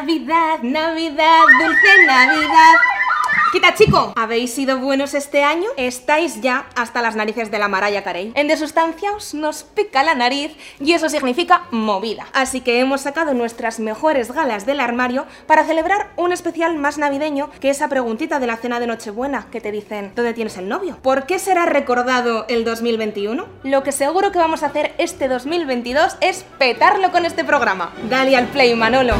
Navidad, Navidad, dulce Navidad. Quita, chico. ¿Habéis sido buenos este año? Estáis ya hasta las narices de la Maraya Carey. En de sustancia os nos pica la nariz y eso significa movida. Así que hemos sacado nuestras mejores galas del armario para celebrar un especial más navideño que esa preguntita de la cena de Nochebuena que te dicen ¿Dónde tienes el novio? ¿Por qué será recordado el 2021? Lo que seguro que vamos a hacer este 2022 es petarlo con este programa. Dale al play, Manolo.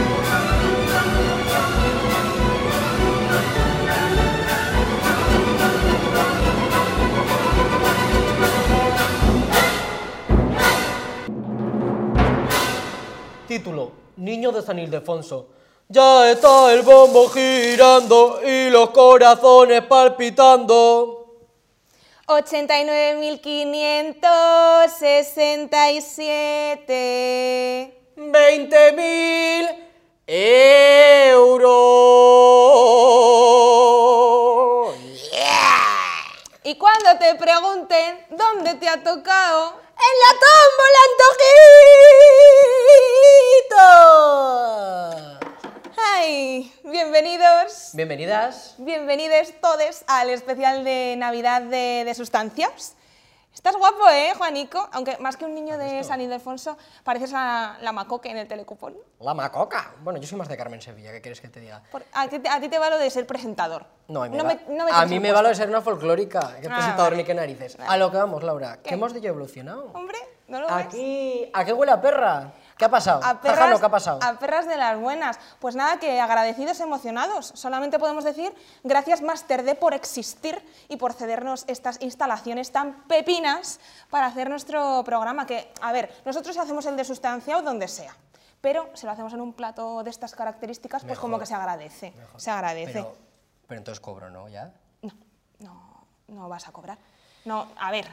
Título: Niño de San Ildefonso. Ya está el bombo girando y los corazones palpitando. 89.567. 20.000 euros. Y cuando te pregunten dónde te ha tocado, ¡En la tómbola, Antojito! ¡ay! Bienvenidos, Bienvenidas. bienvenidos todos al especial de Navidad de, de Sustancias. Estás guapo, ¿eh, Juanico? Aunque más que un niño de San Ildefonso, pareces la, la macoque en el telecupón. La macoca. Bueno, yo soy más de Carmen Sevilla, ¿qué quieres que te diga? Por- a, ti, te- a ti te va lo de ser presentador. No, a mí me, no va, me- no me a tienes mí un me va lo de ser una folclórica, que Ah, presentador vale. ni qué narices. A lo que vamos, Laura, que ¿Qué? hemos dicho evolucionado. puesto. Hombre, no lo ves? Aquí, ¿a qué huele a perra? ¿Qué ha pasado? A Jajano, perras, ¿qué ha pasado? a perras de las buenas. Pues nada, que agradecidos, emocionados. Solamente podemos decir gracias Master D por existir y por cedernos estas instalaciones tan pepinas para hacer nuestro programa. Que, a ver, nosotros hacemos el de sustancia o donde sea. Pero si lo hacemos en un plato de estas características, pues como Mejor. que se agradece. Se agradece. Pero, pero entonces cobro, ¿no? ¿Ya? No, no vas a cobrar. No, a ver,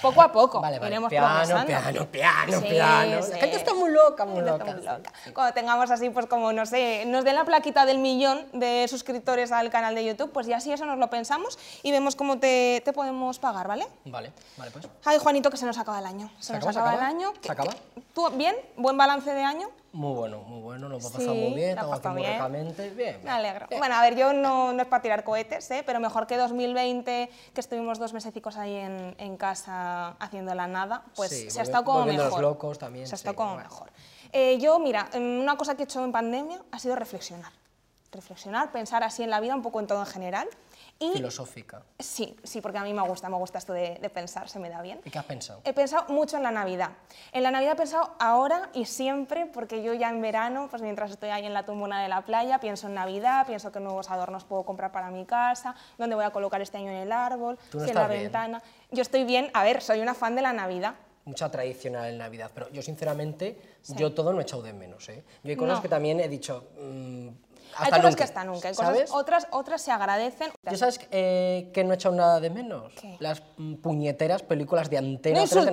poco a poco Vale, vale. iremos Piano, progresando. piano, piano, Sí, piano. sí. La gente está muy loca, muy Está loca. muy loca. Cuando tengamos así, pues como, no sé, nos den la plaquita del millón de suscriptores al canal de YouTube, pues ya sí, eso nos lo pensamos y vemos cómo te, te podemos pagar, ¿vale? Vale, vale, pues. Ay, Juanito, que se nos acaba el año. Se, nos acaba, se acaba, acaba? el año. ¿Se ¿Qué- acaba? qué- ¿Tú bien? ¿Buen balance de año? Muy bueno, muy bueno, lo hemos Sí, pasado muy bien, lo has estamos aquí pasado muy bien. ricamente. Bien, Me alegro. Eh. Bueno, a ver, yo no, no es para tirar cohetes, ¿eh? pero mejor que 2020, que estuvimos dos mesecicos ahí en, en casa haciendo la nada, pues Sí, se ha volvi- estado como volviéndonos mejor. locos también, Se ha sí, estado como bueno. mejor. Eh, yo, mira, mm, una cosa que he hecho en pandemia ha sido reflexionar. Reflexionar, pensar así en la vida, un poco en todo en general. Y Filosófica. sí, sí, porque a mí me gusta, me gusta esto de, de pensar, se me da bien. ¿Y qué has pensado? He pensado mucho en la Navidad. En la Navidad he pensado ahora y siempre, porque yo ya en verano, pues mientras estoy ahí en la tumbona de la playa, pienso en Navidad, pienso qué nuevos adornos puedo comprar para mi casa, dónde voy a colocar este año en el árbol, Tú no si en la estás bien. ventana. Yo estoy bien, a ver, soy una fan de la Navidad. mucha tradicional en Navidad, pero yo sinceramente, yo todo no he echado de menos, ¿eh? Yo hay cosas No. que también he dicho, mm, hasta hay cosas nunca, que hasta nunca, hay cosas- ¿sabes? otras, otras se agradecen. ¿Yo sabes eh, que no he echado nada de menos? ¿Qué? Las mm, puñeteras películas de antena No 3 de insultes. Mm.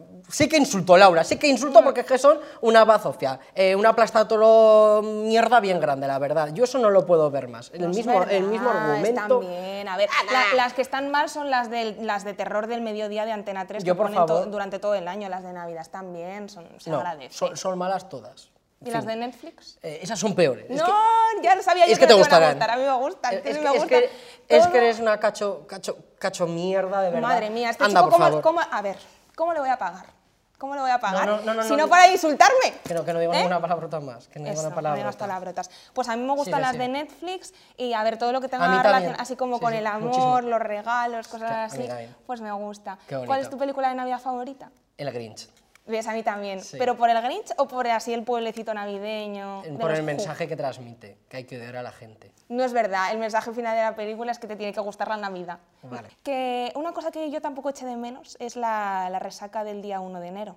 Navidad. Sí que insulto, Laura, sí que insulto porque es que son una bazofia, eh, una aplastatoro mierda bien grande, la verdad. Yo eso no lo puedo ver más. El, No es mismo, el mismo verdad, argumento. Ah, Están bien. A ver, la- las que están mal son las de, las de terror del mediodía de Antena 3 Yo, que por ponen to- favor. durante todo el año. Las de Navidad están bien, son, se No, agradecen. son, son malas todas. ¿Y las de Netflix? Eh, esas son peores. Es no, que- ya lo sabía yo es que te no iban a gustarán. gustar. A mí me gustan. Es, sí, es me que, es gustan. que- es Todo- que eres una cacho, cacho, cacho mierda, de verdad. Madre mía, este Anda, chico, por ¿cómo, favor. cómo- a ver, ¿cómo le voy a pagar? ¿Cómo le voy a pagar? no, no, no, si no, no, no. para insultarme. Que no, que no digo ¿Eh? ninguna palabrota más. Que no digo Eso, una no digas palabrota. palabrotas. Pues a mí me gustan Sigue, las sigue. de Netflix y a ver todo lo que tenga A mí relación, también. así como Sí, con sí, el amor, muchísimo. los regalos, cosas Claro, a mí así, también. pues me gusta. Qué bonito. ¿Cuál es tu película de Navidad favorita? El Grinch. Ves, a mí también. Sí. ¿Pero por el Grinch o por así el pueblecito navideño? de Por los el Who? mensaje que transmite, que hay que odiar a la gente. No es verdad, el mensaje final de la película es que te tiene que gustar la Navidad. Vale. Que una cosa que yo tampoco eché de menos es la, la resaca del día 1 de enero.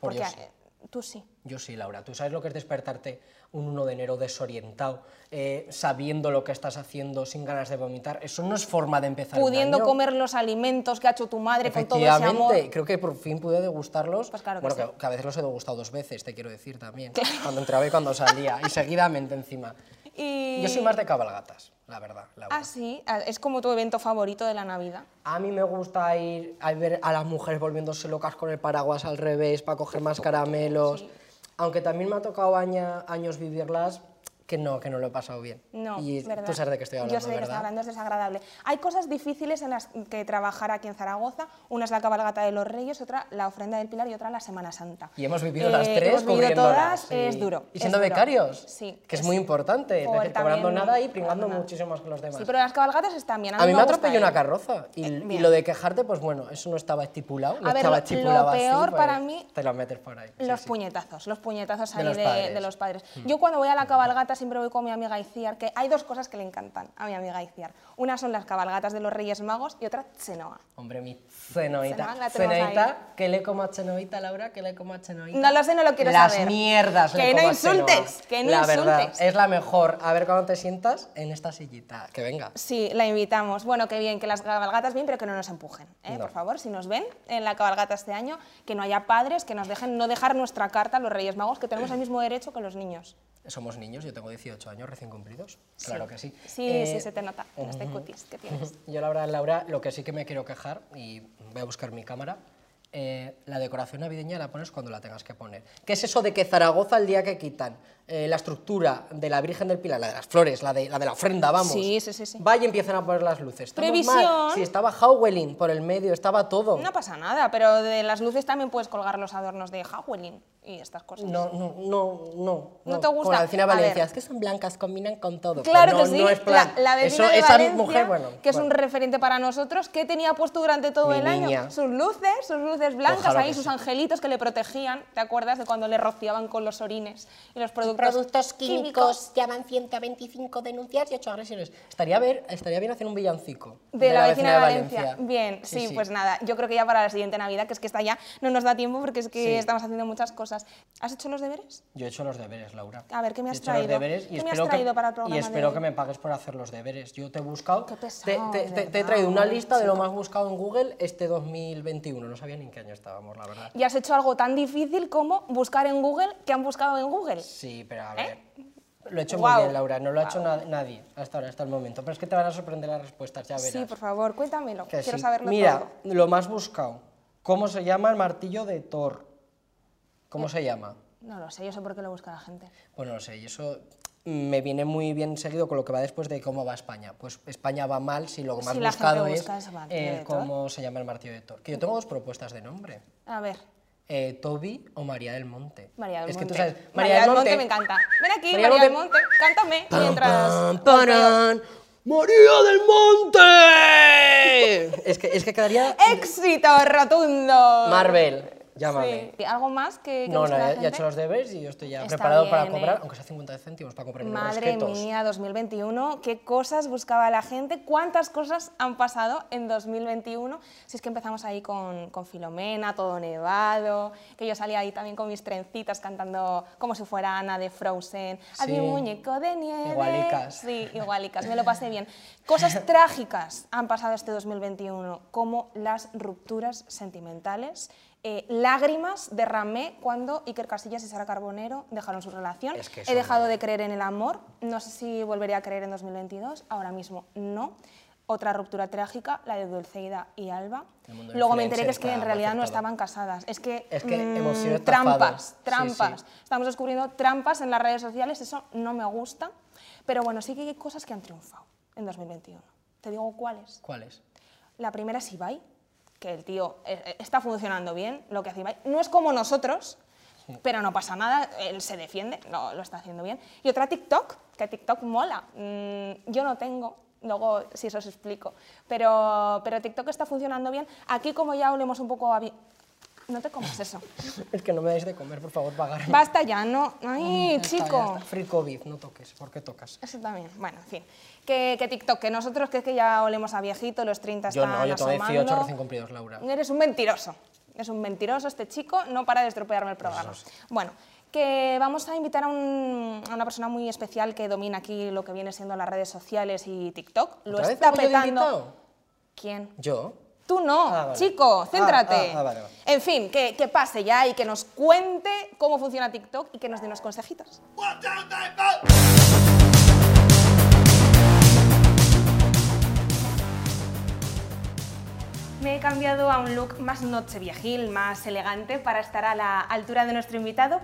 Por Porque Dios. eh, tú sí. Yo sí, Laura. Tú sabes lo que es despertarte un 1 de enero desorientado, eh, sabiendo lo que estás haciendo, sin ganas de vomitar. Eso no es forma de empezar un Pudiendo año. comer los alimentos que ha hecho tu madre con todo ese amor. Efectivamente, creo que por fin pude degustarlos. Pues claro que bueno, sí. que, que a veces los he degustado dos veces, te quiero decir también. Cuando entraba y cuando salía, y seguidamente encima. Y... Yo soy más de cabalgatas, la verdad. Laura. Ah, sí, ah, es como tu evento favorito de la Navidad. A mí me gusta ir a ver a las mujeres volviéndose locas con el paraguas al revés para coger más caramelos. Aunque también me ha tocado aña- años vivirlas que no, que no lo he pasado bien. No, y ¿verdad? tú sabes de qué estoy hablando, Yo sé de qué estoy ¿verdad? hablando, es desagradable. Hay cosas difíciles en las que trabajar aquí en Zaragoza. Una es la cabalgata de los Reyes, otra la ofrenda del Pilar y otra la Semana Santa. Y hemos vivido Eh, las tres hemos vivido cubriéndolas, todas, eh, sí. es duro. Y es siendo duro. becarios, Sí. que es muy importante, es Por decir, cobrando también, nada y cobrando pringando nada. muchísimo más que los demás. Sí, pero las cabalgatas están bien. a mí me gusta, atropelló ¿eh? una carroza y, y bien. lo de quejarte, pues bueno, eso no estaba estipulado, no A ver, estaba lo- lo estipulado así, peor pues, para mí- te lo metes por ahí. sí, Los sí. puñetazos, los puñetazos De ahí los de, padres. Mm. de los padres. Yo cuando voy a la cabalgata siempre voy con mi amiga Iciar, que hay dos cosas que le encantan a mi amiga Iciar. Una son las cabalgatas de los Reyes Magos y otra Chenoa. Hombre, mi Chenoa, la cenoita. tenemos Cenoita, ¿qué le como a Chenoita, Laura? ¿Qué le como a Chenoita? No lo sé, no lo quiero Las saber. mierdas. le Que no como a insultes, Chenoa. que no La verdad, insultes. es la mejor. A ver cuando te sientas en esta sillita. Que venga. Sí, la invitamos. Bueno, que bien, que las cabalgatas bien, pero que no nos empujen, ¿eh? No. por favor, si nos ven en la cabalgata este año, que no haya padres, que nos dejen no dejar nuestra carta a los Reyes Magos, que tenemos el mismo derecho que los niños. Somos niños, yo tengo 18 años recién cumplidos. Claro que sí. Sí, Eh, sí, se te nota en este cutis que tienes. Yo la verdad, Laura, lo que sí que me quiero quejar, y voy a buscar mi cámara, eh, la decoración navideña la pones cuando la tengas que poner. ¿Qué es eso de que Zaragoza el día que quitan eh, la estructura de la Virgen del Pilar, la de las flores, la de la, de la ofrenda, vamos? Sí, sí, sí, sí. Va y empiezan a poner las luces. Estamos mal. Previsión. Sí, estaba Howelling por el medio, estaba todo. No pasa nada, pero de las luces también puedes colgar los adornos de Howling y estas cosas. No, no, no, no. ¿No te gusta? Como la vecina A ver. Valencia, es que son blancas, combinan con todo. Claro que Pues no, sí, no es plan. la, la vecina Eso- de esa Valencia, mujer, bueno, que es bueno. un referente para nosotros, que tenía puesto durante todo Mi el año niña. sus luces, sus luces blancas Ojalá ahí, que sus sí. angelitos que le protegían, ¿te acuerdas de cuando le rociaban con los orines y los productos, productos químicos, ya van 125 denuncias y 8 agresiones. Estaría, ver, estaría bien hacer un villancico. De, la, vecina de Valencia. Bien, sí, pues nada, yo creo que ya para la siguiente Navidad, que es que esta ya no nos da tiempo porque es que Sí. estamos haciendo muchas cosas. ¿Has hecho los deberes? Yo he hecho los deberes, Laura. A ver, ¿qué me has Yo he hecho traído? Los deberes y ¿Qué me has espero que- traído para el programa Y de espero hoy? que me pagues por hacer los deberes. Yo te he buscado. Qué pesado, te, te- te- te he ¿verdad? traído una lista de lo más buscado en Google este 2021. No sabía ni en qué año estábamos, la verdad. Y has hecho algo tan difícil como buscar en Google que han buscado en Google. Sí, pero a ver. Lo he hecho ¿Eh? Guau. muy bien, Laura. No lo ha hecho na- nadie hasta ahora, hasta el momento. Pero es que te van a sorprender las respuestas, ya verás. Sí, por favor, cuéntamelo. Que Quiero sí. saberlo Mira, todo. lo más buscado. ¿Cómo se llama el martillo de Thor? Eh. ¿Cómo se llama? No lo sé, yo sé por qué lo busca la gente. Bueno, no sé, y eso me viene muy bien seguido con lo que va después de cómo va España. Pues España va mal si lo más Si la gente buscado es busca ese martillo eh, de Thor. cómo se llama el martillo de Thor. Que yo tengo dos propuestas de nombre. A ver, Eh, Toby o María del Monte. María del es Monte. Que tú sabes, María, del Monte. me encanta. Ven aquí, María, del Monte, cántame mientras. Pam, parán. ¡María del Monte! es, que, es que quedaría ¡Éxito rotundo! Marvel. Llámame. Sí. ¿Algo más que, que No, busque no, la ya, ya he gente? hecho los deberes y yo estoy ya Está preparado para bien, ¿eh? cobrar, aunque sea 50 céntimos, para comprar unos Madre resquetos. mía, 2021, qué cosas buscaba la gente, cuántas cosas han pasado en 2021. Si es que empezamos ahí con, con Filomena, todo nevado, que yo salía ahí también con mis trencitas cantando como si fuera Ana de Frozen, a mi Sí. muñeco de nieve. Igualicas. Sí, igualicas, me lo pasé bien. Cosas trágicas han pasado este 2021, como las rupturas sentimentales. eh, lágrimas derramé cuando Iker Casillas y Sara Carbonero dejaron su relación. Es que He eso dejado no. de creer en el amor, no sé si volveré a creer en 2022, ahora mismo no. Otra ruptura trágica, la de Dulceida y Alba. El mundo Luego me enteré que es influencer que en está realidad no afectado. estaban casadas. Es que, mm, Es que hemos sido estafados. trampas, Sí, trampas. sí. Estamos descubriendo trampas en las redes sociales, eso no me gusta. Pero bueno, sí que hay cosas que han triunfado en 2021. Te digo cuáles. ¿Cuáles? La primera es Ibai, que el tío eh, está funcionando bien, lo que hace Ibai. No es como nosotros, pero no pasa nada, él se defiende, lo, lo está haciendo bien. Y otra TikTok, que TikTok mola. Mm, yo no tengo, luego si eso os explico. Pero, pero TikTok está funcionando bien. Aquí como ya hablemos un poco... a vi- No te comas eso. Es que no me dais de comer, por favor, pagarme. Basta ya, no. Ay, chico. Free COVID, no toques. ¿Por qué tocas? Eso también. Bueno, en fin. Que, que TikTok, que nosotros que es que ya olemos a viejito, los 30 Yo están no, yo tengo asomando. 18 recién cumplidos, Laura. Eres un mentiroso. Es un mentiroso este chico, no para de estropearme el programa. Eso Bueno, que vamos a invitar a, un- a una persona muy especial que domina aquí lo que viene siendo las redes sociales y TikTok. Lo ¿Otra vez está tengo yo de petando. invitado? ¿Quién? ¿Yo? Tú no, Ah, vale. chico, céntrate. Ah, ah, ah, vale, vale. En fin, que, que pase ya y que nos cuente cómo funciona TikTok y que nos dé unos consejitos. Me he cambiado a un look más nocheviejil, más elegante, para estar a la altura de nuestro invitado.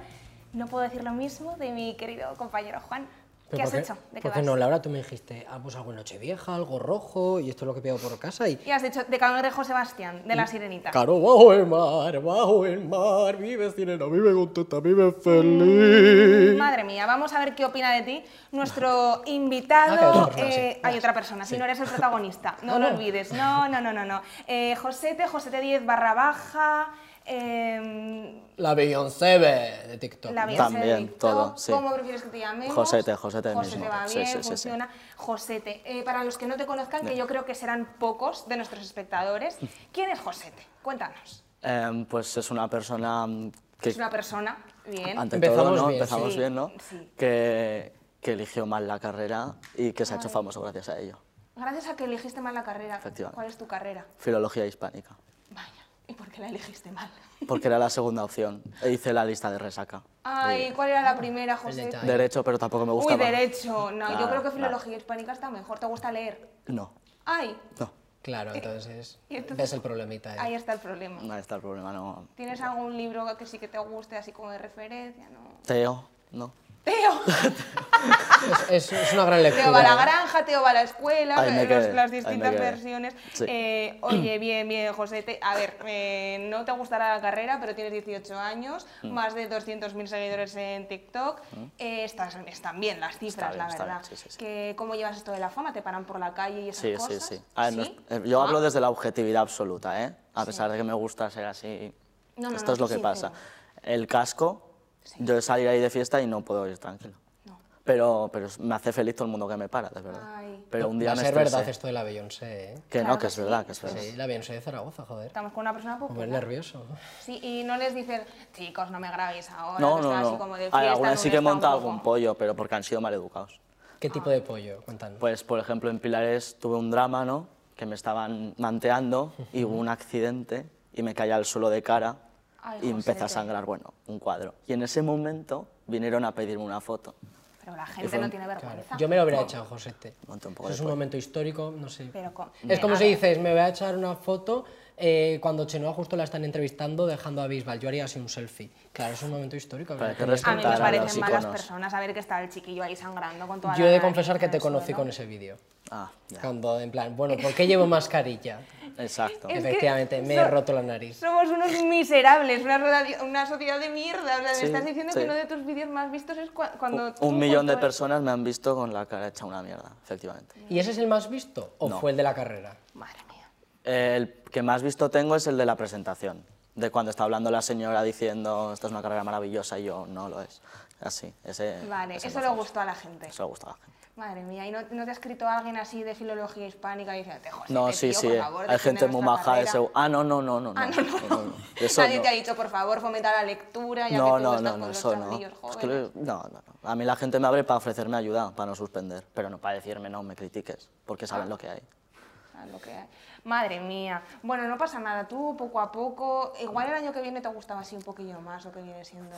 No puedo decir lo mismo de mi querido compañero Juan. Pero ¿Qué has ¿por hecho? ¿De qué Porque vas? no, Laura, tú me dijiste, ah, pues algo en Nochevieja, algo rojo, y esto es lo que pido por casa. Y Y has dicho, de Cangrejo Sebastián, de la Mm, sirenita. Caro, bajo el mar, bajo el mar, vive sirena, vive contenta, vive Mm. feliz. Madre mía, vamos a ver qué opina de ti nuestro Ah, que hay otra invitado. persona, eh, sí. hay otra persona, si no eres el protagonista, no Ah, lo no. olvides. No, no, no, no, no. Eh, Josete, Josete 10 barra baja. em, La Beyoncé de TikTok. la ¿no? Beyoncé de También, TikTok, todo, sí. ¿Cómo prefieres que te llamemos? Josete, Josete mismo. va Sí, bien, sí, sí, sí. funciona. Josete, eh, para los que no te conozcan, que yo creo que serán pocos de nuestros espectadores, ¿quién es Josete? Cuéntanos. Em, pues es una persona mm, que, Es una persona, bien. ante Empezamos todo, ¿no? bien, empezamos sí. bien, ¿no? Sí. Que, que eligió mal la carrera y que se ha hecho famoso gracias a ello. Gracias a que elegiste mal la carrera. Efectivamente. ¿Cuál es tu carrera? Filología hispánica, Vaya, ¿y por qué la elegiste mal? porque era la segunda opción e hice la lista de resaca. Ay, ¿cuál era la primera, José? detalle. Ay. Derecho, pero tampoco me Uy, gustaba. derecho. No, yo Nada, creo que nada. filología hispánica está mejor. ¿Te gusta leer? No, Ay, no, Claro, entonces, Eh, y entonces- ves el problemita. ahí. ahí está el problema. no está el problema, no. ¿Tienes algún libro que sí que te guste, así como de referencia? No. Teo, no. Teo. Es, es una gran lectura. Teo va a la ¿eh? granja, Teo va a la escuela, Ahí me los- quedé, las ahí me distintas quedé. versiones. Sí. Eh, oye, bien, bien, José. te- a ver, eh, no te gustará la carrera, pero tienes 18 años, Mm. más de 200.000 seguidores en TikTok. Eh, estás- están bien las cifras, bien, la Mm. está verdad. bien, sí, sí, sí. Que, ¿Cómo llevas esto de la fama? ¿Te paran por la calle y esas Sí, sí, cosas? sí. A ver, no es- ¿Sí? eh, yo Ah, hablo desde la objetividad absoluta, ¿eh? A pesar de que me gusta ser así, No, no, esto no, es lo que sincero. pasa. El casco, yo he salido ahí de fiesta y no puedo ir tranquilo. No. Pero, pero me hace feliz todo el mundo que me para, de verdad. Ay. Pero un día Va a me ser verdad estresé. Pues esto de la Beyoncé, ¿eh? Que Claro no, que que es verdad, que es verdad. Sí, la Beyoncé de Zaragoza, joder. Estamos con una persona Hombre, popular. nervioso. Sí, y no les dicen, chicos, no me grabéis ahora. No, que no, están así no. como de A ver, fiesta, alguna vez no sí que he les da un montado poco". algún pollo, pero porque han sido maleducados. ¿Qué tipo de pollo? Cuéntanos. Pues, por ejemplo, en Pilares tuve un drama, ¿no? Que me estaban manteando y hubo un accidente y me caí al suelo de cara Ay, y empecé a Josete. sangrar, bueno, un cuadro. Y en ese momento vinieron a pedirme una foto. Pero la gente fue no un- tiene Claro, vergüenza. Yo me lo hubiera echado, Josete. Monté un Eso poco de es un pollo. momento histórico, no sé. Pero con- Es como a si ver. dices, me voy a echar una foto eh, cuando Chenoa justo la están entrevistando dejando a Bisbal. Yo haría así un selfie. Claro, es un momento histórico. Pero hay que habría A tener- mí Para me los parecen malas iconos. personas a ver que está el chiquillo ahí sangrando con toda Yo la he de nariz conocer que en te el conocí suelo. con ese vídeo. Ah, ya, Cuando, en plan, bueno, ¿por qué llevo mascarilla? exacto. Es que Efectivamente, me he so- roto la nariz. Somos unos miserables, una, roda- una sociedad de mierda. O sea, Sí, me estás diciendo sí. que uno de tus vídeos más vistos es cua- cuando. Un- tú Un millón de con tu- e-, personas me han visto con la cara hecha una mierda, efectivamente. ¿Y ese es el más visto? ¿O No. fue el de la carrera? Madre mía. El que más visto tengo es el de la presentación, de cuando está hablando la señora diciendo esta es una carrera maravillosa y yo no lo es. Así, ese. Vale, ese eso me le fue. gustó a la gente. Eso le gusta a la gente. Madre mía, ¿y no, no te ha escrito alguien así de filología hispánica diciéndote, joder, No, sí, sí. Hay gente muy maja de ese. Ah, no, no, no, no. Ah, no, no. de Eso Nadie no. te ha dicho, por favor, fomenta la lectura, ya que no, tú no, estás no, con no, los eso no. chavalillos Es que jóvenes. le- no, no, no. A mí la gente me abre para ofrecerme ayuda, para no suspender, pero no para decirme no me critiques, porque saben Ah. lo que hay. a lo que hay. Madre mía. Bueno, no pasa nada, tú poco a poco, igual el año que viene te gustaba así un poquillo más lo que viene siendo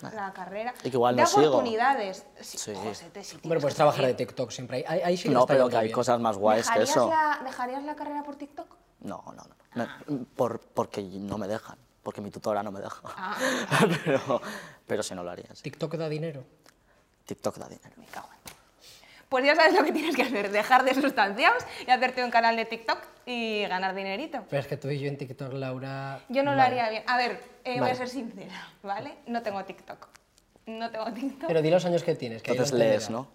la carrera. Y que igual Da no sigo. oportunidades. Sí, Sí. Josete, sí Hombre, tienes pues que trabajar de seguir. TikTok siempre. Ahí, ahí- ahí sí le No, está pero yendo que hay bien. cosas más guays que ¿Dejarías eso. la- ¿Dejarías la carrera por TikTok? No, no, no. Me- por, porque no me dejan, porque mi tutora no me deja. Ah. pero, pero si no lo harías. TikTok da dinero. TikTok da dinero. Me cago en- Pues ya sabes lo que tienes que hacer, dejar de sustancias y hacerte un canal de TikTok y ganar dinerito. Pero es que tú y yo en TikTok, Laura. Yo no lo mal. haría bien. A ver, eh, voy a Vale. ser sincera, ¿vale? No tengo TikTok. No tengo TikTok. Pero di los años que tienes. Que ahí lo Entonces lees, entenderás. ¿no?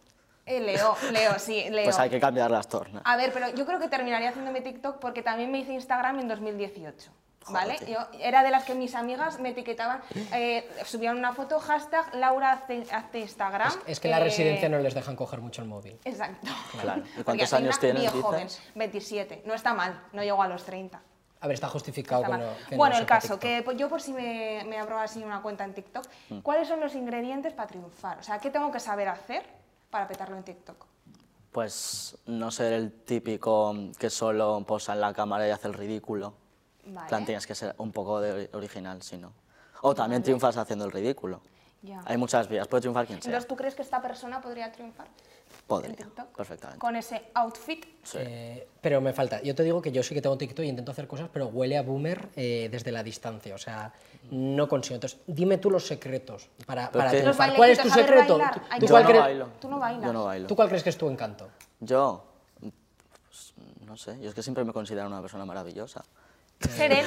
Eh, leo, leo, sí, leo. Pues hay que cambiar las tornas. A ver, pero yo creo que terminaría haciéndome TikTok porque también me hice Instagram en 2018. ¿Vale? Joder. Yo era de las que mis amigas me etiquetaban, eh, subían una foto, hashtag Laura hace, hace Instagram. Es, es que en la eh, residencia no les dejan coger mucho el móvil. Exacto. Claro. ¿Y Porque cuántos soy años una tienes, bio joven, dices? 27. No está mal, no llego a los 30. A ver, está justificado Está que mal. no- Ah, que no bueno, el sepa caso, TikTok. que pues, yo por si me, me abro así una cuenta en TikTok, Mm. ¿cuáles son los ingredientes para triunfar? O sea, ¿qué tengo que saber hacer para petarlo en TikTok? Pues no ser el típico que solo posa en la cámara y hace el ridículo. Vale. En plan, tienes que ser un poco de ori- original, si no. O también triunfas haciendo el ridículo. Ya. Hay muchas vías, puede triunfar quien sea. Entonces, ¿tú crees que esta persona podría triunfar? en Podría, TikTok? perfectamente. Con ese outfit. Sí. Eh, pero me falta. Yo te digo que yo sí que tengo TikTok y intento hacer cosas, pero huele a boomer eh, desde la distancia. O sea, no consigo. Entonces, dime tú los secretos para, para qué? Los triunfar. Eh, ¿Cuál es tu bailecitos, saber secreto? bailar. ¿Tú- Hay ¿Tú, que cuál Yo no crees- saber bailo. Tú no bailas. Yo no bailo. tú cuál crees que es tu encanto? Yo, pues, no sé, yo es que siempre me considero una persona maravillosa. Serén.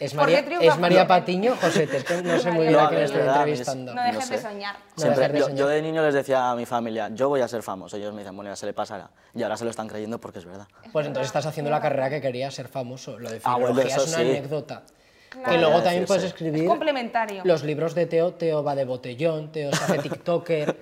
Es ¿Por qué María, triunfa? es María Patiño, José, te estoy- no sé muy bien No, a a quién ver, estoy es verdad, entrevistando. No de- dejes sé. de soñar. Siempre- dejar de yo, soñar. yo de niño les decía a mi familia, yo voy a ser famoso. Ellos me dicen, bueno, ya se le pasará. Y ahora se lo están creyendo porque es verdad. Pues entonces estás haciendo la carrera que querías ser famoso. Lo de Ah, bueno, filología eso es una sí. anécdota. Que luego Podría también puedes decirse. escribir Es complementario. los libros de Teo. Teo va de botellón, Teo se hace TikToker,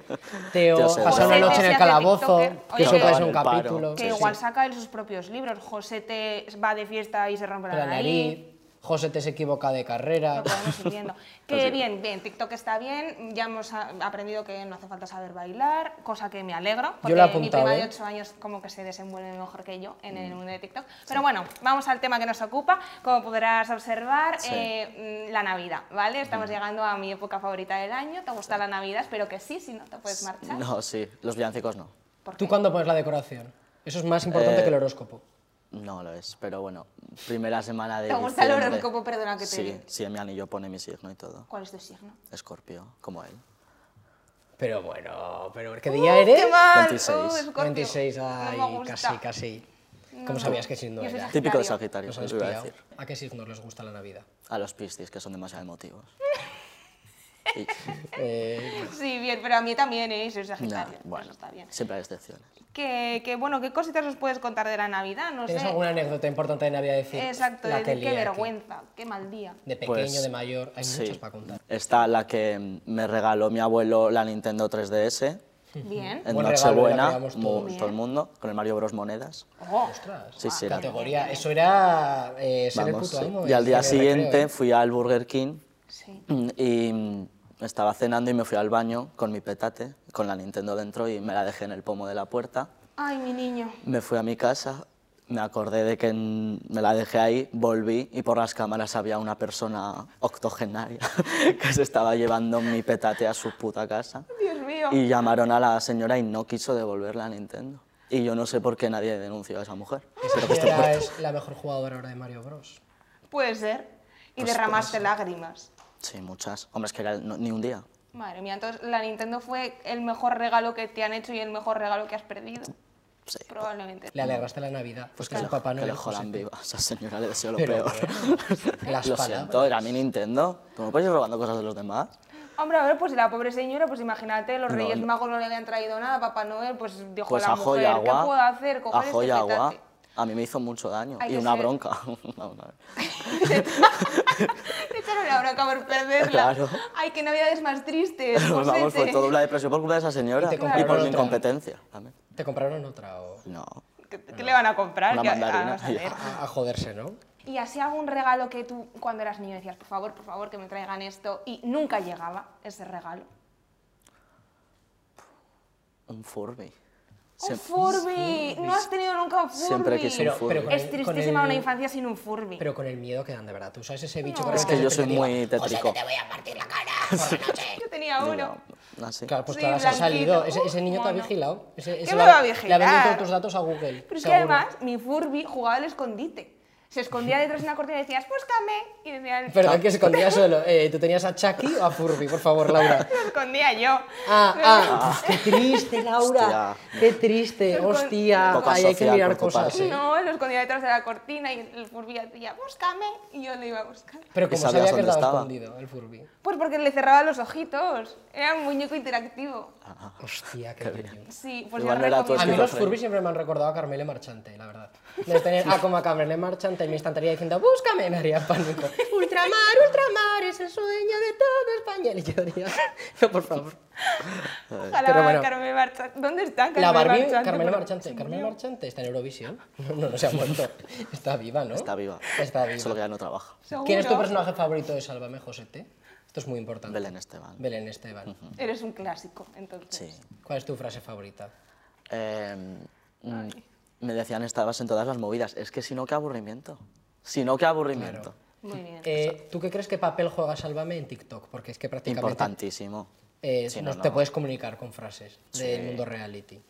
Teo Yo sé, pasa José una Teo noche se en el hace calabozo, TikToker. que Oye, eso puede que- ser un Paro. capítulo. Que Sí, igual saca él sus propios libros. José te va de fiesta y se rompe Pero la nariz, José te se equivoca de carrera. Lo podemos ir viendo. Que bien, bien, TikTok está bien, ya hemos a- aprendido que no hace falta saber bailar, cosa que me alegro, porque Yo lo he mi apuntado, prima ¿eh? Mm. de 8 años como que se desenvuelve mejor que yo en el mundo de TikTok. Pero bueno, vamos al tema que nos ocupa, como podrás observar, Sí. eh, mm, la Navidad, ¿vale? Estamos llegando a mi época favorita del año, ¿te gusta la Navidad? Espero que sí, si no te puedes marchar. No, sí, los villancicos no. ¿Por ¿Tú qué? cuándo pones la decoración? Eso es más importante Eh, que el horóscopo. No lo es, pero bueno, primera semana de ¿Te gusta el diciembre. horóscopo? Perdona que te Sí, diga. sí, en mi anillo pone mi signo y todo. ¿Cuál es tu signo? Escorpio, como él. Pero bueno, pero ¿qué día eres? ¡Qué mal! 26. Uh, Escorpio. 26, No me ¿Eh? ay, gusta. casi, casi. ¿Cómo sabías que signo Yo soy era? Sagitario. Típico de Sagitario, Nos eso habéis iba a pillado. decir. ¿A qué signos les gusta la Navidad? A los piscis, que son demasiado emotivos. Y- Eh, Sí, bien, pero a mí también, ¿eh? Soy no, Sagitario. eso bueno, está bien. siempre hay excepciones. que, que, bueno, ¿qué cositas os puedes contar de la Navidad? No ¿Tienes sé. alguna anécdota importante de Navidad decir? Exacto, La de decir, que qué lié aquí"? vergüenza, qué mal día. De pequeño, Pues, de mayor, hay sí. muchas para contar. Está la que mm, me regaló mi abuelo la Nintendo 3DS Bien. en Buen regalo, la Nochebuena, pegamos mu- todos. todo el mundo, con el Mario Bros. Monedas. Oh, Ostras, Sí, sí, la- categoría. Eso era eh, ser Vamos, el puto sí. amo. Y eh, al día en el recreo, siguiente eh. fui al Burger King sí. mm, y mm, estaba cenando y me fui al baño con mi petate, con la Nintendo dentro y me la dejé en el pomo de la puerta. Ay, mi niño. Me fui a mi casa, me acordé de que mm, me la dejé ahí, volví y por las cámaras había una persona octogenaria que se estaba llevando mi petate a su puta casa. Dios mío. Y llamaron a la señora y no quiso devolverla a Nintendo. Y yo no sé por qué nadie denunció a esa mujer. Espero que esté Ella muerta. es la mejor jugadora ahora de Mario Bros. Puede ser. Y Pues, derramaste lágrimas. Sí, muchas. Hombre, es que era no- ni un día. Madre mía, entonces la Nintendo fue el mejor regalo que te han hecho y el mejor regalo que has perdido. Sí. Probablemente. Le alegraste la Navidad. Pues que Que su la- papá no que era la jodan José. viva. A esa señora le deseo lo Pero peor. bueno, las lo siento, palabras. era mi Nintendo. ¿Tú no puedes ir robando cosas de los demás? Hombre, a ver, pues la pobre señora, pues imagínate, los No, Reyes no. Magos no le habían traído nada, Papá Noel, pues dijo Pues la ajo y mujer, agua. ¿qué puedo hacer? Coger ajo este y agua. petate". A mí me hizo mucho daño. Hay y que una ser- bronca. Vamos a ver. Te echaron la bronca por perderla. Claro. Ay, qué navidades más tristes. Pero vamos, fue Josete. toda una depresión por culpa de esa señora. te Y, compraron por mi otra. incompetencia. también. Te compraron otra o... No. ¿Qué, qué le van a comprar? Una Ya- ah, mandarina, vamos a ya. ver. A, a joderse, ¿no? Y así algún regalo que tú cuando eras niño decías, por favor, por favor, que me traigan esto. Y nunca llegaba ese regalo. Un Furby. ¡Un Siem- Furby! No has tenido nunca un Furby. Siempre quise un Pero- Furby. pero con Es el- tristísima con el- una infancia sin un Furby. Pero con el miedo que dan de verdad. Tú sabes ese bicho No. que Es que realmente yo te soy diga, muy José, tétrico. que te voy a partir la cara por la noche. Yo tenía uno. No, así. Claro, pues Sí, claro, se ha blanquito. salido. Ese, ese Uh, niño te ha mono. vigilado. Ese, ese ¿Qué le me ha- va a Le ha vendido vigilar? todos tus datos a Pero Google. es que seguro. además, mi Furby jugaba al escondite. Se escondía detrás de una cortina y decías, búscame. Y decía, Perdón, que se escondía solo. Eh, ¿Tú tenías a Chucky o a Furby? Por favor, Laura. lo escondía yo. Ah, ah, qué triste, Laura. Hostia. Qué triste, Pero con- hostia. Poca Ay, hay que social mirar por tu cosas. parte. eh. No, lo escondía detrás de la cortina y el Furby decía, búscame, y yo le iba a buscar. Pero ¿Y como sabía que sabías dónde estaba, estaba? escondido el Furby. Pues porque le cerraba los ojitos. Era un muñeco interactivo. Hostia, qué niño. Sí, pues Igual yo no era tu A mí recomiendo. los Esquizofrénico. Furby siempre me han recordado a Carmele Marchante, la verdad. De tener a como a Carmele Marchante en mi estantería diciendo ¡Búscame! Me haría pánico. ¡Ultramar, ultramar! ¡Es el sueño de todo España! Y yo diría, no, por favor. Ojalá Pero bueno. Carmen Marchante. ¿Dónde está Carmen La Barbie, Marchante? Carmele Por- Marchante. Carmele Marchante está en Eurovisión. No, no, no se ha muerto. Está viva, ¿no? Está viva. Está viva. Solo que ya no trabaja. Seguro. ¿Quién es tu personaje favorito de Sálvame, Josete? Esto es muy importante. Belén Esteban. Belén Esteban. Eres un clásico, entonces. Sí. ¿Cuál es tu frase favorita? Eh, mm, me decían, estabas en todas las movidas. Es que si no, qué aburrimiento. Si no, qué aburrimiento. Muy bien. Eh, ¿Tú qué crees que papel juega Sálvame en TikTok? Porque es que prácticamente... Importantísimo. eh, Sí, nos- no, te no. puedes comunicar con frases del mundo reality.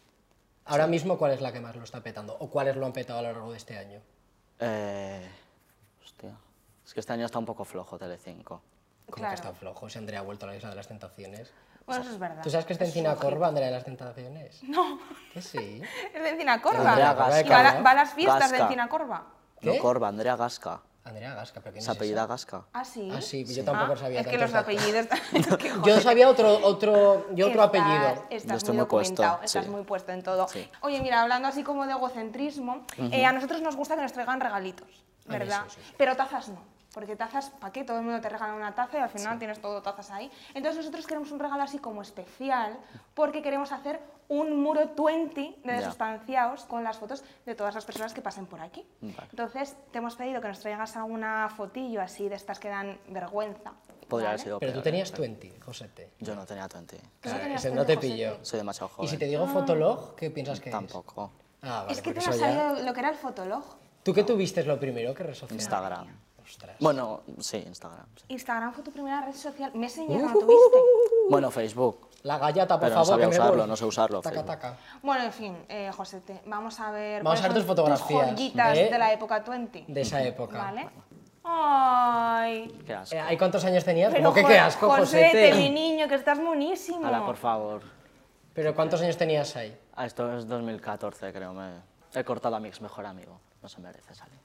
Ahora mismo, ¿cuál es la que más lo está petando? ¿O cuáles lo han petado a lo largo de este año? Eh, hostia. Es que este año está un poco flojo Telecinco. Como Claro. que están flojos. Andrea ha vuelto a la Isla de las Tentaciones. Bueno, Ah, eso es verdad. ¿Tú sabes que está Encina Corva, Andrea de las Tentaciones? No. Que sí. Es de Encina Corva. Andrea Y va, a la- Gasca. ¿no? ¿no? va va a las fiestas de Encina Corva. No ¿Qué? Corva, Andrea Gasca. Andrea Gasca, pero ¿quién Se es apellida esa? Gasca. Ah, sí. Ah, sí, yo tampoco Ah, lo sabía. Es que los tantos datos. apellidos. es que, joder. Yo sabía otro, otro, yo otro Estás- apellido. Yo Estás estoy muy muy puesto, documentado, estás sí. muy puesto en todo. Sí. Oye, mira, hablando así como de egocentrismo, eh, a nosotros nos gusta que nos traigan regalitos, A mí ¿verdad? sí, sí, sí. Pero tazas no. Porque tazas, ¿para qué? Todo el mundo te regala una taza y al final tienes todo tazas ahí. Entonces nosotros queremos un regalo así como especial porque queremos hacer un muro 20 de Ya. desustanciados con las fotos de todas las personas que pasen por aquí. Vale. Entonces te hemos pedido que nos traigas alguna fotillo así de estas que dan vergüenza. ¿vale? Podría haber sido Pero tú peor, tenías ¿eh? 20, Josete. Yo Eh, no tenía 20. Claro, Claro, tenías ese 20, no te Josete. Ah. pilló. Soy demasiado joven. Y si te digo fotolog, ¿qué piensas que es? Tampoco. Ah, vale, es que porque tú no has eso ya- sabido lo que era el fotolog. ¿Tú qué tuviste lo primero que red social? Instagram. Ostras. Bueno, sí, Instagram. sí. Instagram fue tu primera red social. Messenger no tuviste. Bueno, Facebook. La gallata, por Pero no favor. sabía que me usarlo, voy. no sé usarlo. Taca, Facebook. taca. Bueno, en fin, eh, Josete, vamos a ver. Vamos cuáles a ver tus son fotografías, joyitas ¿eh? de la época 20. De esa época. ¿Vale? Ay. Qué asco. Eh, ¿Hay cuántos años tenías? Pero Como que Jo- qué asco, Josete, Josete. mi niño, que estás monísimo. Hala, por favor. Pero ¿cuántos años tenías ahí? Ah, Esto es 2014, creo. Me... He cortado a mi ex mejor amigo. No se merece salir.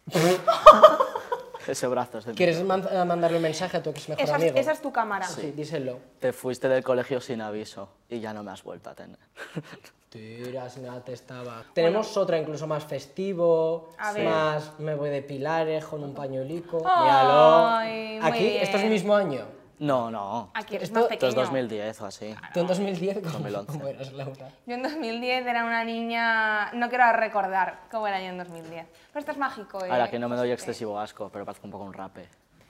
Ese brazo es de mí. ¿Quieres man- eh, mandarle un mensaje a tu ex mejor esa, es, amigo? esa es tu cámara. Sí, díselo. Te fuiste del colegio sin aviso y ya no me has vuelto a tener. Tiras, nada te estaba. Tenemos otra incluso más festivo, A ver. más me voy de pilares con un pañuelico. Ay, Míralo. muy Aquí, esto es bien. el mismo año. No, no. Aquí eres Esto- más Esto pequeño. es 2010 o así. Ah, Tú en 2010 con 2011. Laura. Yo en 2010 era una niña. No quiero recordar cómo era yo en 2010. Pero estás mágico, ¿eh? pues, Ahora que no me doy Josete. excesivo asco, pero parezco un poco un rape.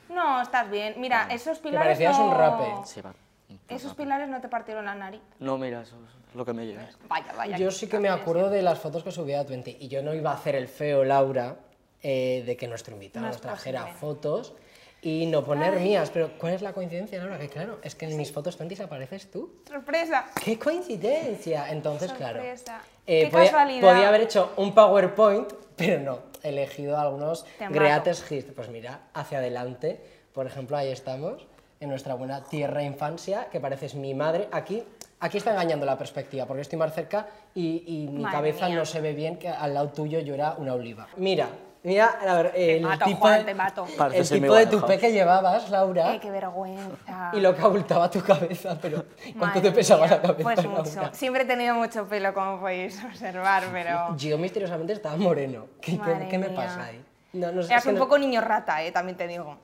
No, estás bien. Mira, esos Que pilares. parecías un no- rape. Sí, va. un poco Esos rape. pilares no te partieron la nariz. No, mira, eso es lo que me llega. Vaya, vaya. Yo sí que me acuerdo de las fotos que subía a 20 y yo no iba a hacer el feo, Laura, eh, de que nuestro invitado No es nos trajera posible. fotos y no poner mías. Pero ¿cuál es la coincidencia, Laura? Que claro, es que en mis fotos 20 apareces tú. ¡Sorpresa! ¡Qué coincidencia! Entonces, Sorpresa. claro. eh, Qué podía, casualidad. podía haber hecho un PowerPoint, pero no. He elegido algunos Te mato. greatest hits. Pues mira, hacia adelante. Por ejemplo, ahí estamos, en nuestra buena tierra e infancia, que pareces mi madre. Aquí, aquí está engañando la perspectiva, porque estoy más cerca y, y mi Madre cabeza mía. no se ve bien que al lado tuyo yo era una oliva. Mira, mira, a ver, el mato, tipo, Juan, de- te mato. Pareces el tipo Amy de Winehouse. tupé que llevabas, Laura ¡Ay, qué vergüenza! ¿Ah? y lo que abultaba tu cabeza, pero ¿cuánto Madre te pesaba mía, la cabeza? Pues Laura? mucho. Siempre he tenido mucho pelo, como podéis observar, pero. Yo misteriosamente estaba moreno. ¿Qué, qué- Madre qué me mía. pasa ahí? No, no sé, es Eras que un no- poco niño rata, eh, también te digo.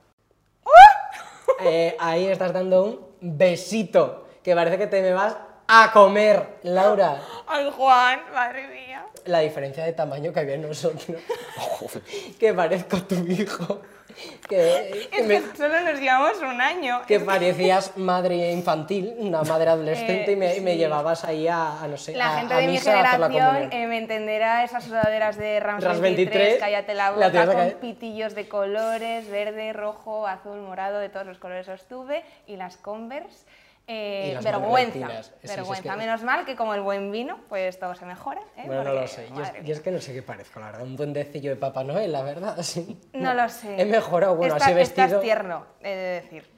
Eh, ahí estás dando un besito, que parece que te me vas a comer, Laura. ¡Ay, Juan! ¡Madre mía! La diferencia de tamaño que había en nosotros. que parezco tu hijo. Que, que Es me- que solo nos llevamos un año. que Es que parecías madre infantil, una madre adolescente, y, me, y me Eh, sí. llevabas ahí a, a, no sé, La a- gente a de mi misa a hacer la generación comunión. eh, me entenderá esas sudaderas de Rams Rams 23, 23, cállate la la tenías boca, que con caer. pitillos de colores, verde, rojo, azul, morado, de todos los colores los tuve, y las Converse. eh, Y las vergüenza, Valentinas, sí, sí, es vergüenza. que- Menos mal que como el buen vino, pues todo se mejora. ¿eh? Bueno, no Porque, lo sé. Yo, madre yo es que no sé qué parezco, la verdad. Un duendecillo de Papá Noel, la verdad, sí. No lo sé. He mejorado, bueno, Está- así Estás vestido. tierno, he de decir.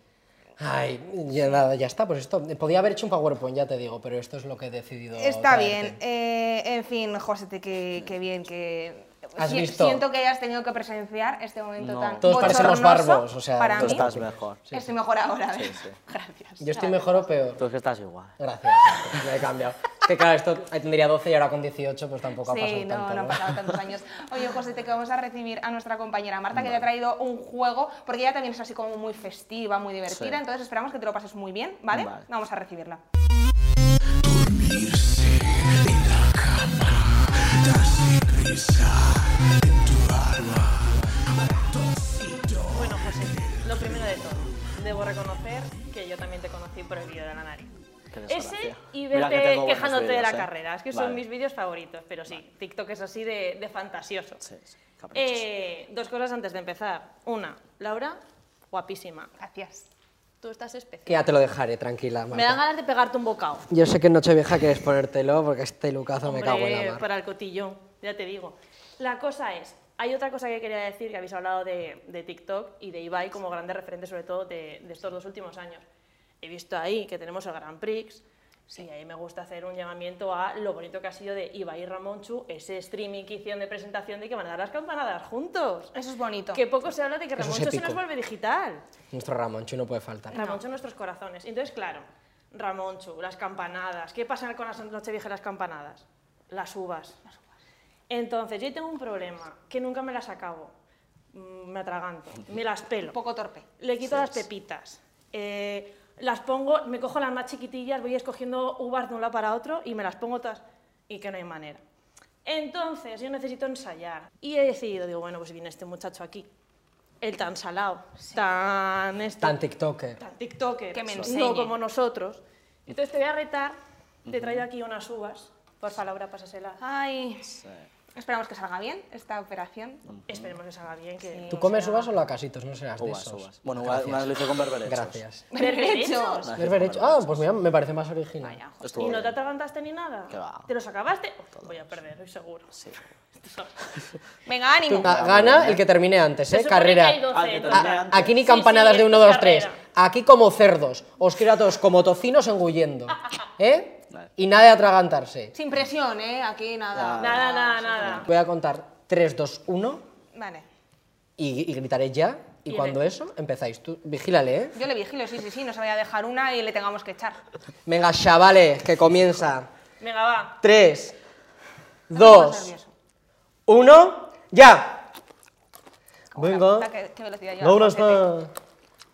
Ay, ya nada, ya está. Pues esto, podía haber hecho un PowerPoint, ya te digo, pero esto es lo que he decidido. Está traerte. bien. eh, en fin, Josete, qué, qué bien que... ¿Has si- visto? Siento que hayas tenido que presenciar este momento No. tan Todos parecemos bochornoso barbos, o sea, para Tú mí. estás mejor. Estoy mejor ahora. ¿ves? sí. Gracias. Yo estoy mejor o peor. Tú es que estás igual. Gracias, gracias, me he cambiado. Es que claro, esto ahí tendría 12 y ahora con 18, pues tampoco ha pasado Sí, no, tanto. no ¿no? han pasado tantos años. Oye, José, te que vamos a recibir a nuestra compañera Marta, que te ha traído un juego, porque ella también es así como muy festiva, muy divertida, Sí. entonces esperamos que te lo pases muy bien, ¿vale? Vale. Vamos a recibirla. Bueno, José, lo primero de todo, debo reconocer que yo también te conocí por el vídeo de la nariz. Qué Ese desgracia. y Mira que verte tengo buenos quejándote de la vídeos, ¿eh? carrera, es que son Vale. mis vídeos favoritos, pero sí, TikTok es así de, de fantasioso. Sí, sí, caprichoso. Eh, dos cosas antes de empezar. Una, Laura, guapísima. Gracias. Tú estás especial. Que ya te lo dejaré, tranquila. Me Marta. dan ganas de pegarte un bocado. Yo sé que en Nochevieja quieres ponértelo porque este lucazo me cago en la Hombre, pues mar. para el cotillón, ya te digo. La cosa es, hay otra cosa que quería decir, que habéis hablado de, de TikTok y de Ibai como grande referente, sobre todo de, de estos dos últimos años. He visto ahí que tenemos el Grand Prix, y ahí me gusta hacer un llamamiento a lo bonito que ha sido de Ibai y Ramonchu, ese streaming que hicieron de presentación de que van a dar las campanadas juntos. Eso es bonito. Que poco se habla de que Eso es Ramonchu se épico. nos vuelve digital. Nuestro Ramonchu no puede faltar. Ramoncho en nuestros corazones. Entonces, claro, Ramoncho, las campanadas. ¿Qué pasa con las nocheviejas y las campanadas? Las uvas. Entonces, yo tengo un problema, que nunca me las acabo. Mm, Me atraganto, me las pelo. Poco torpe. Le quito las pepitas. eh, las pongo, me cojo las más chiquitillas, voy escogiendo uvas de un lado para otro y me las pongo todas. Y que no hay manera. Entonces, yo necesito ensayar. Y he decidido, digo, bueno, pues viene este muchacho aquí. El tan salado, tan... este- Tan TikToker. tan tiktoker, Que me enseñe. no como nosotros. Entonces te voy a retar, te he traído aquí unas uvas, por favor, pásasela. Ay. Esperamos que salga bien esta operación. Esperemos que salga bien. Que ¿Tú comes uvas o lacasitos? No serás de Uvas, esos. uvas. Bueno, uvas, Gracias. uvas lo hice con berberechos. Gracias. Las ¡Berberechos! hice con Berberecho. Ah, berberechos. pues mira, me parece más original. Estuvo ¿Y no bien. te atragantaste ni nada? Qué va. ¿Te los acabaste? Uf, voy a perder, estoy seguro. Sí. Venga, ánimo. Ga- ah, Gana el que termine antes, Se ¿eh? supone Carrera. que hay doce, Ah, que entonces. termine A- Aquí ni Sí, campanadas sí, de es uno, dos, carrera. tres. Aquí como cerdos. Os quiero a todos como tocinos engullendo. ¿Eh? Vale. Y nada de atragantarse. Sin presión, ¿eh? Aquí nada. Nada, nada, nada. Voy a contar 3, 2, 1 Vale. y, y gritaré ya. Y Bien. cuando eso, empezáis. Tú, vigílale, ¿eh? Yo le vigilo, sí, sí, sí. No se vaya a dejar una y le tengamos que echar. Venga, chavales, que comienza. Venga, va. 3, Estamos 2, nerviosos. 1, ya. Venga. Puta, ¿Qué, qué velocidad lleva Laura Josete. está.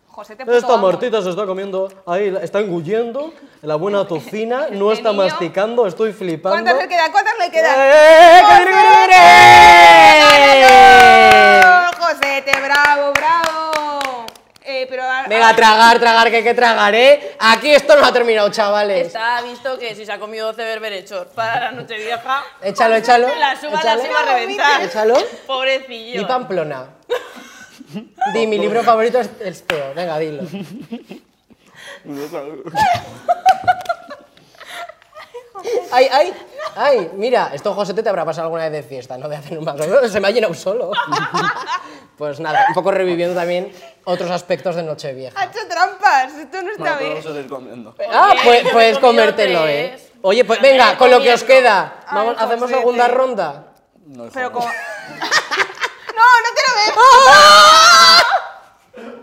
Josete, puto Esta amo. Martita se está comiendo, ahí la- está engullendo la buena tocina, no Este está niño. masticando, estoy flipando. ¿Cuántas le quedan? ¿Cuántas le ¡Eh, quedan? eh, eh, que viene, que viene, que viene! ¡Bravo, Josete! ¡Bravo, bravo! Eh, pero a- Venga, tragar, tragar, que hay que tragar, ¿eh? Aquí esto no ha terminado, chavales. Está visto que si se ha comido 12 berberechos para la noche vieja, Échalo, échalo. las uvas échale. las iba a reventar. Échalo. Pobrecillo. Di Pamplona. Di, mi libro favorito es el peor. Venga, dilo. Ay, ay, ay, mira, esto José te habrá pasado alguna vez de fiesta, ¿no? De hacer un macro. Se me ha llenado solo. Pues nada, un poco reviviendo también otros aspectos de Nochevieja. ha hecho trampas. Esto no está Bueno, bien. podemos seguir comiendo. Ah, Oye, pues, yo me puedes he comido comértelo, ¿eh? tres. Oye, pues Ya me venga, estoy con lo que os comiendo. queda. Ay, Vamos, ¿Hacemos Josete. segunda ronda? No, hijo, Pero no. como... no, no te lo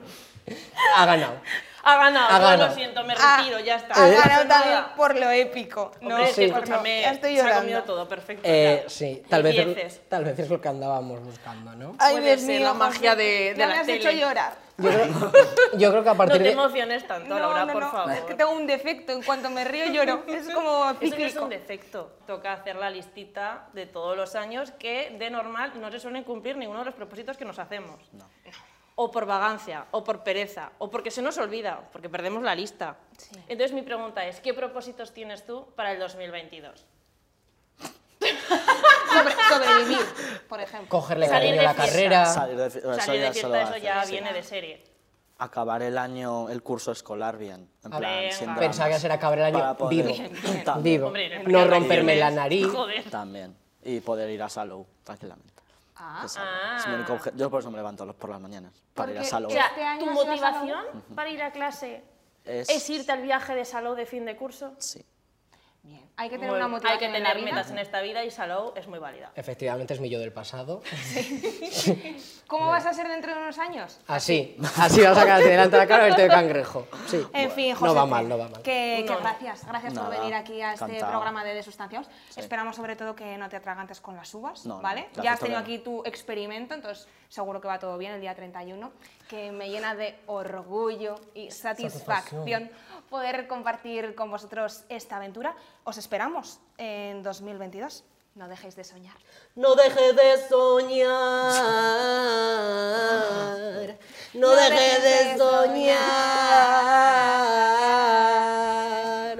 veo. Ha ganado. Ha ganado, Ha yo ganado. lo siento, me Ah, retiro, ya está. Ha No ganado hace nada. también por lo épico. No, Hombre, sí, por lo- escúchame, ya estoy se ha llorando. comido todo, perfecto. Eh, ya. sí, tal Y vez, es, dieces. tal vez es lo que andábamos buscando, ¿no? Ay, Puede Dios ser mío, la magia Josete, de- de ya la me has hecho tele. llorar. Yo creo, yo creo que a No partir te de... emociones tanto, Laura, por favor. Es que tengo un defecto. En cuanto me río, lloro. Es como Eso no es cíclico. un defecto. Toca hacer la listita de todos los años que de normal no se suelen cumplir ninguno de los propósitos que nos hacemos. O por vagancia, o por pereza, o porque se nos olvida, porque perdemos la lista. Entonces mi pregunta es, ¿qué propósitos tienes tú para el 2022? Sobre- sobrevivir, por ejemplo. Cogerle Salir cariño a de la fiesta. carrera. Salir de, fi- eso Salir de ya se lo fiesta, eso hace, ya sí. viene de serie. Acabar el año, el curso escolar bien. En plan, Venga. sin dramas. Pensaba que será cabrón el Para año poder- vivo. También, Vivo. Hombre, en el No periodo de romperme la vacaciones, nariz. Joder. También. Y poder ir a Salou tranquilamente. Que es algo- Ah. es mi único obje- Yo por eso me levanto los- por las mañanas. Para ir a Porque- Salou. O sea, Este año tu has ido a motivación para ir a clase Es- es, irte al viaje de Salou de fin de curso. Sí. Bien. Hay que tener Muy- una Hay motivación que en la tener vida. metas en esta vida y Salou es muy válida. Efectivamente es mi yo del pasado. ¿Cómo vas a ser dentro de unos años? Así, así vamos a quedar hacia delante de la cara verte de cangrejo. Sí. En fin, José. No va mal, no va mal. Que, que No. gracias, gracias por Nada, venir aquí a este encantado. programa de Desustanciados. Esperamos sobre todo que no te atragantes con las uvas, No, no, ¿vale? las ya he has tenido probado. aquí tu experimento, entonces seguro que va todo bien el día 31, que me llena de orgullo y satisfacción poder compartir con vosotros esta aventura. Os esperamos en 2022. No dejéis de soñar. No dejes de soñar. No dejes de soñar.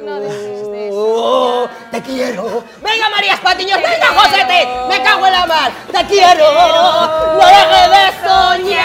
No dejéis de Uh. Oh, soñar. te quiero. Venga, Marías Patiños, venga, Josete. Me cago en la mar. Te quiero. No dejes de soñar.